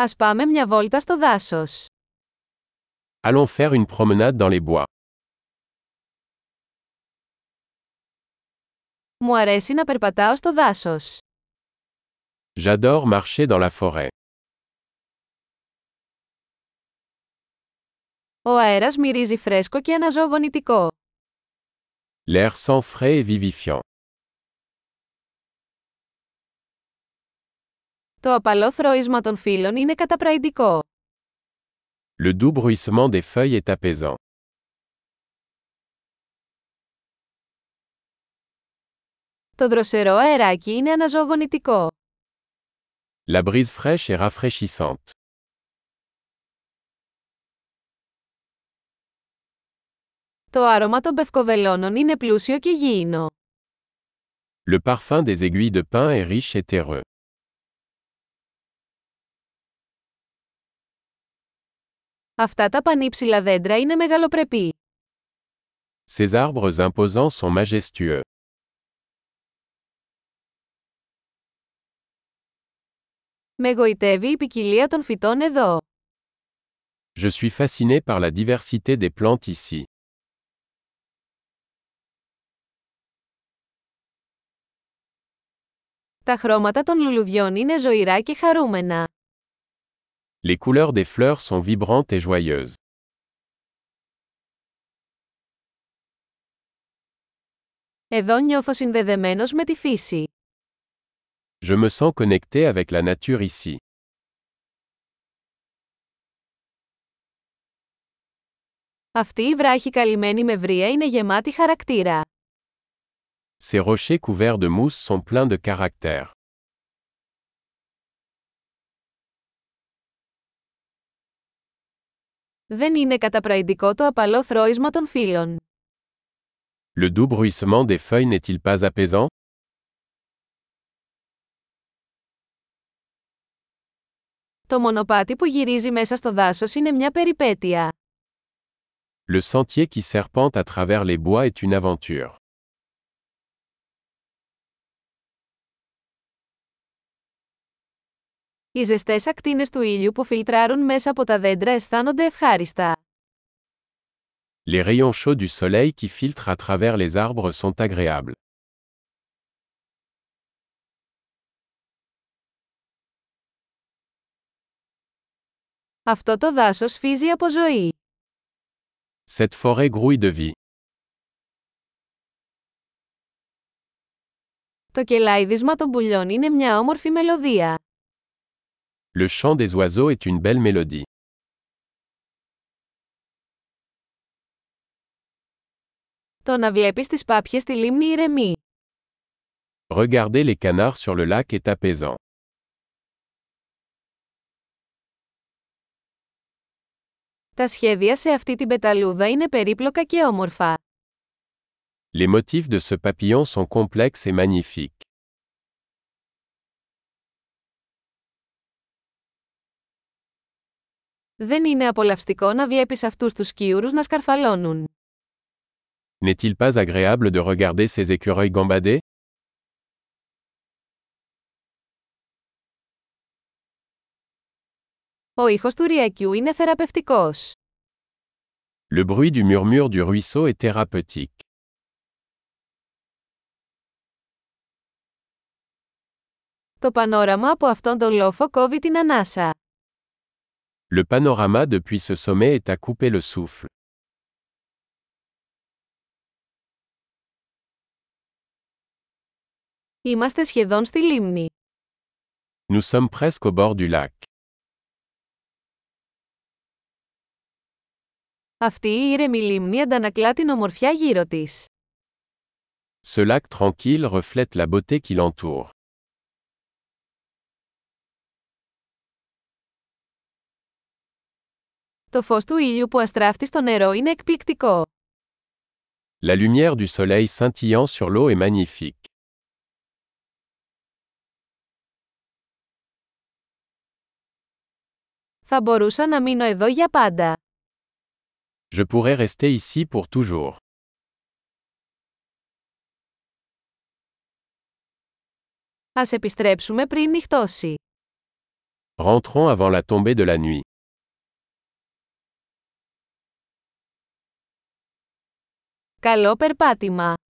Ας πάμε μια βόλτα στο δάσος. Allons faire une promenade dans les bois. Μου αρέσει να περπατάω στο δάσος. J'adore marcher dans la forêt. Ο αέρας μυρίζει φρέσκο και αναζωογονητικό. L'air sent frais et vivifiant. Το απαλό θροίσμα των φύλων είναι καταπραϊντικό. Le doux bruissement des feuilles est apaisant. Το δροσερό αεράκι είναι αναζωογονητικό. La brise fraîche est rafraîchissante. Το άρωμα των πευκοβελώνων είναι πλούσιο και γήινο. Le parfum des aiguilles de pin est riche et terreux. Αυτά τα πανύψηλα δέντρα είναι μεγαλοπρεπή. Ces arbres imposants sont majestueux. Με γοητεύει η ποικιλία των φυτών εδώ. Je suis fasciné par la diversité des plantes ici. Τα χρώματα των λουλουδιών είναι ζωηρά και χαρούμενα. Les couleurs des fleurs sont vibrantes et joyeuses. Εδώ νιώθω συνδεδεμένος με τη φύση. Je me sens connecté avec la nature ici. Αυτή η βράχη καλυμμένη με βρία είναι γεμάτη χαρακτήρα. Ces rochers couverts de mousse sont pleins de caractère. Δεν είναι καταπραϊντικό το απαλό θρώισμα των φύλων. Le doux bruissement des feuilles n'est-il pas apaisant Το μονοπάτι που γυρίζει μέσα στο δάσος είναι μια περιπέτεια. Le sentier qui serpente à travers les bois est une aventure. Οι ζεστές ακτίνες του ήλιου που φιλτράρουν μέσα από τα δέντρα αισθάνονται ευχάριστα. Les rayons chauds du soleil qui filtrent à travers les arbres sont agréables. Αυτό το δάσος φύζει από ζωή. Cette forêt grouille de vie. Το κελάιδισμα των πουλιών είναι μια όμορφη μελωδία. Le chant des oiseaux est une belle mélodie. Το να βλέπεις τις πάπιες στη λίμνη ηρεμεί. Regarder les canards sur le lac est apaisant. Τα σχέδια σε αυτή την πεταλούδα είναι περίπλοκα και όμορφα. Les motifs de ce papillon sont complexes et magnifiques. Δεν είναι απολαυστικό να βλέπεις αυτούς τους σκιούρους να σκαρφαλώνουν. N'est-il pas agréable de regarder ces écureuils gambader Ο ήχος του ριακιού είναι θεραπευτικός. Le bruit du murmure du ruisseau est thérapeutique. Το πανόραμα από αυτόν τον λόφο κόβει την ανάσα. Le panorama depuis ce sommet est à couper le souffle. Είμαστε σχεδόν στη λίμνη. Nous sommes presque au bord du lac. Αυτή η ήρεμη λίμνη αντανακλά την ομορφιά γύρω της. Ce lac tranquille reflète la beauté qui l'entoure. Το φως του ήλιου που αστράφτει στο νερό είναι εκπληκτικό. La lumière du soleil scintillant sur l'eau est magnifique. Θα μπορούσα να μείνω εδώ για πάντα. Je pourrais rester ici pour toujours. Ας επιστρέψουμε πριν νυχτώσει. Rentrons avant la tombée de la nuit. Καλό περπάτημα.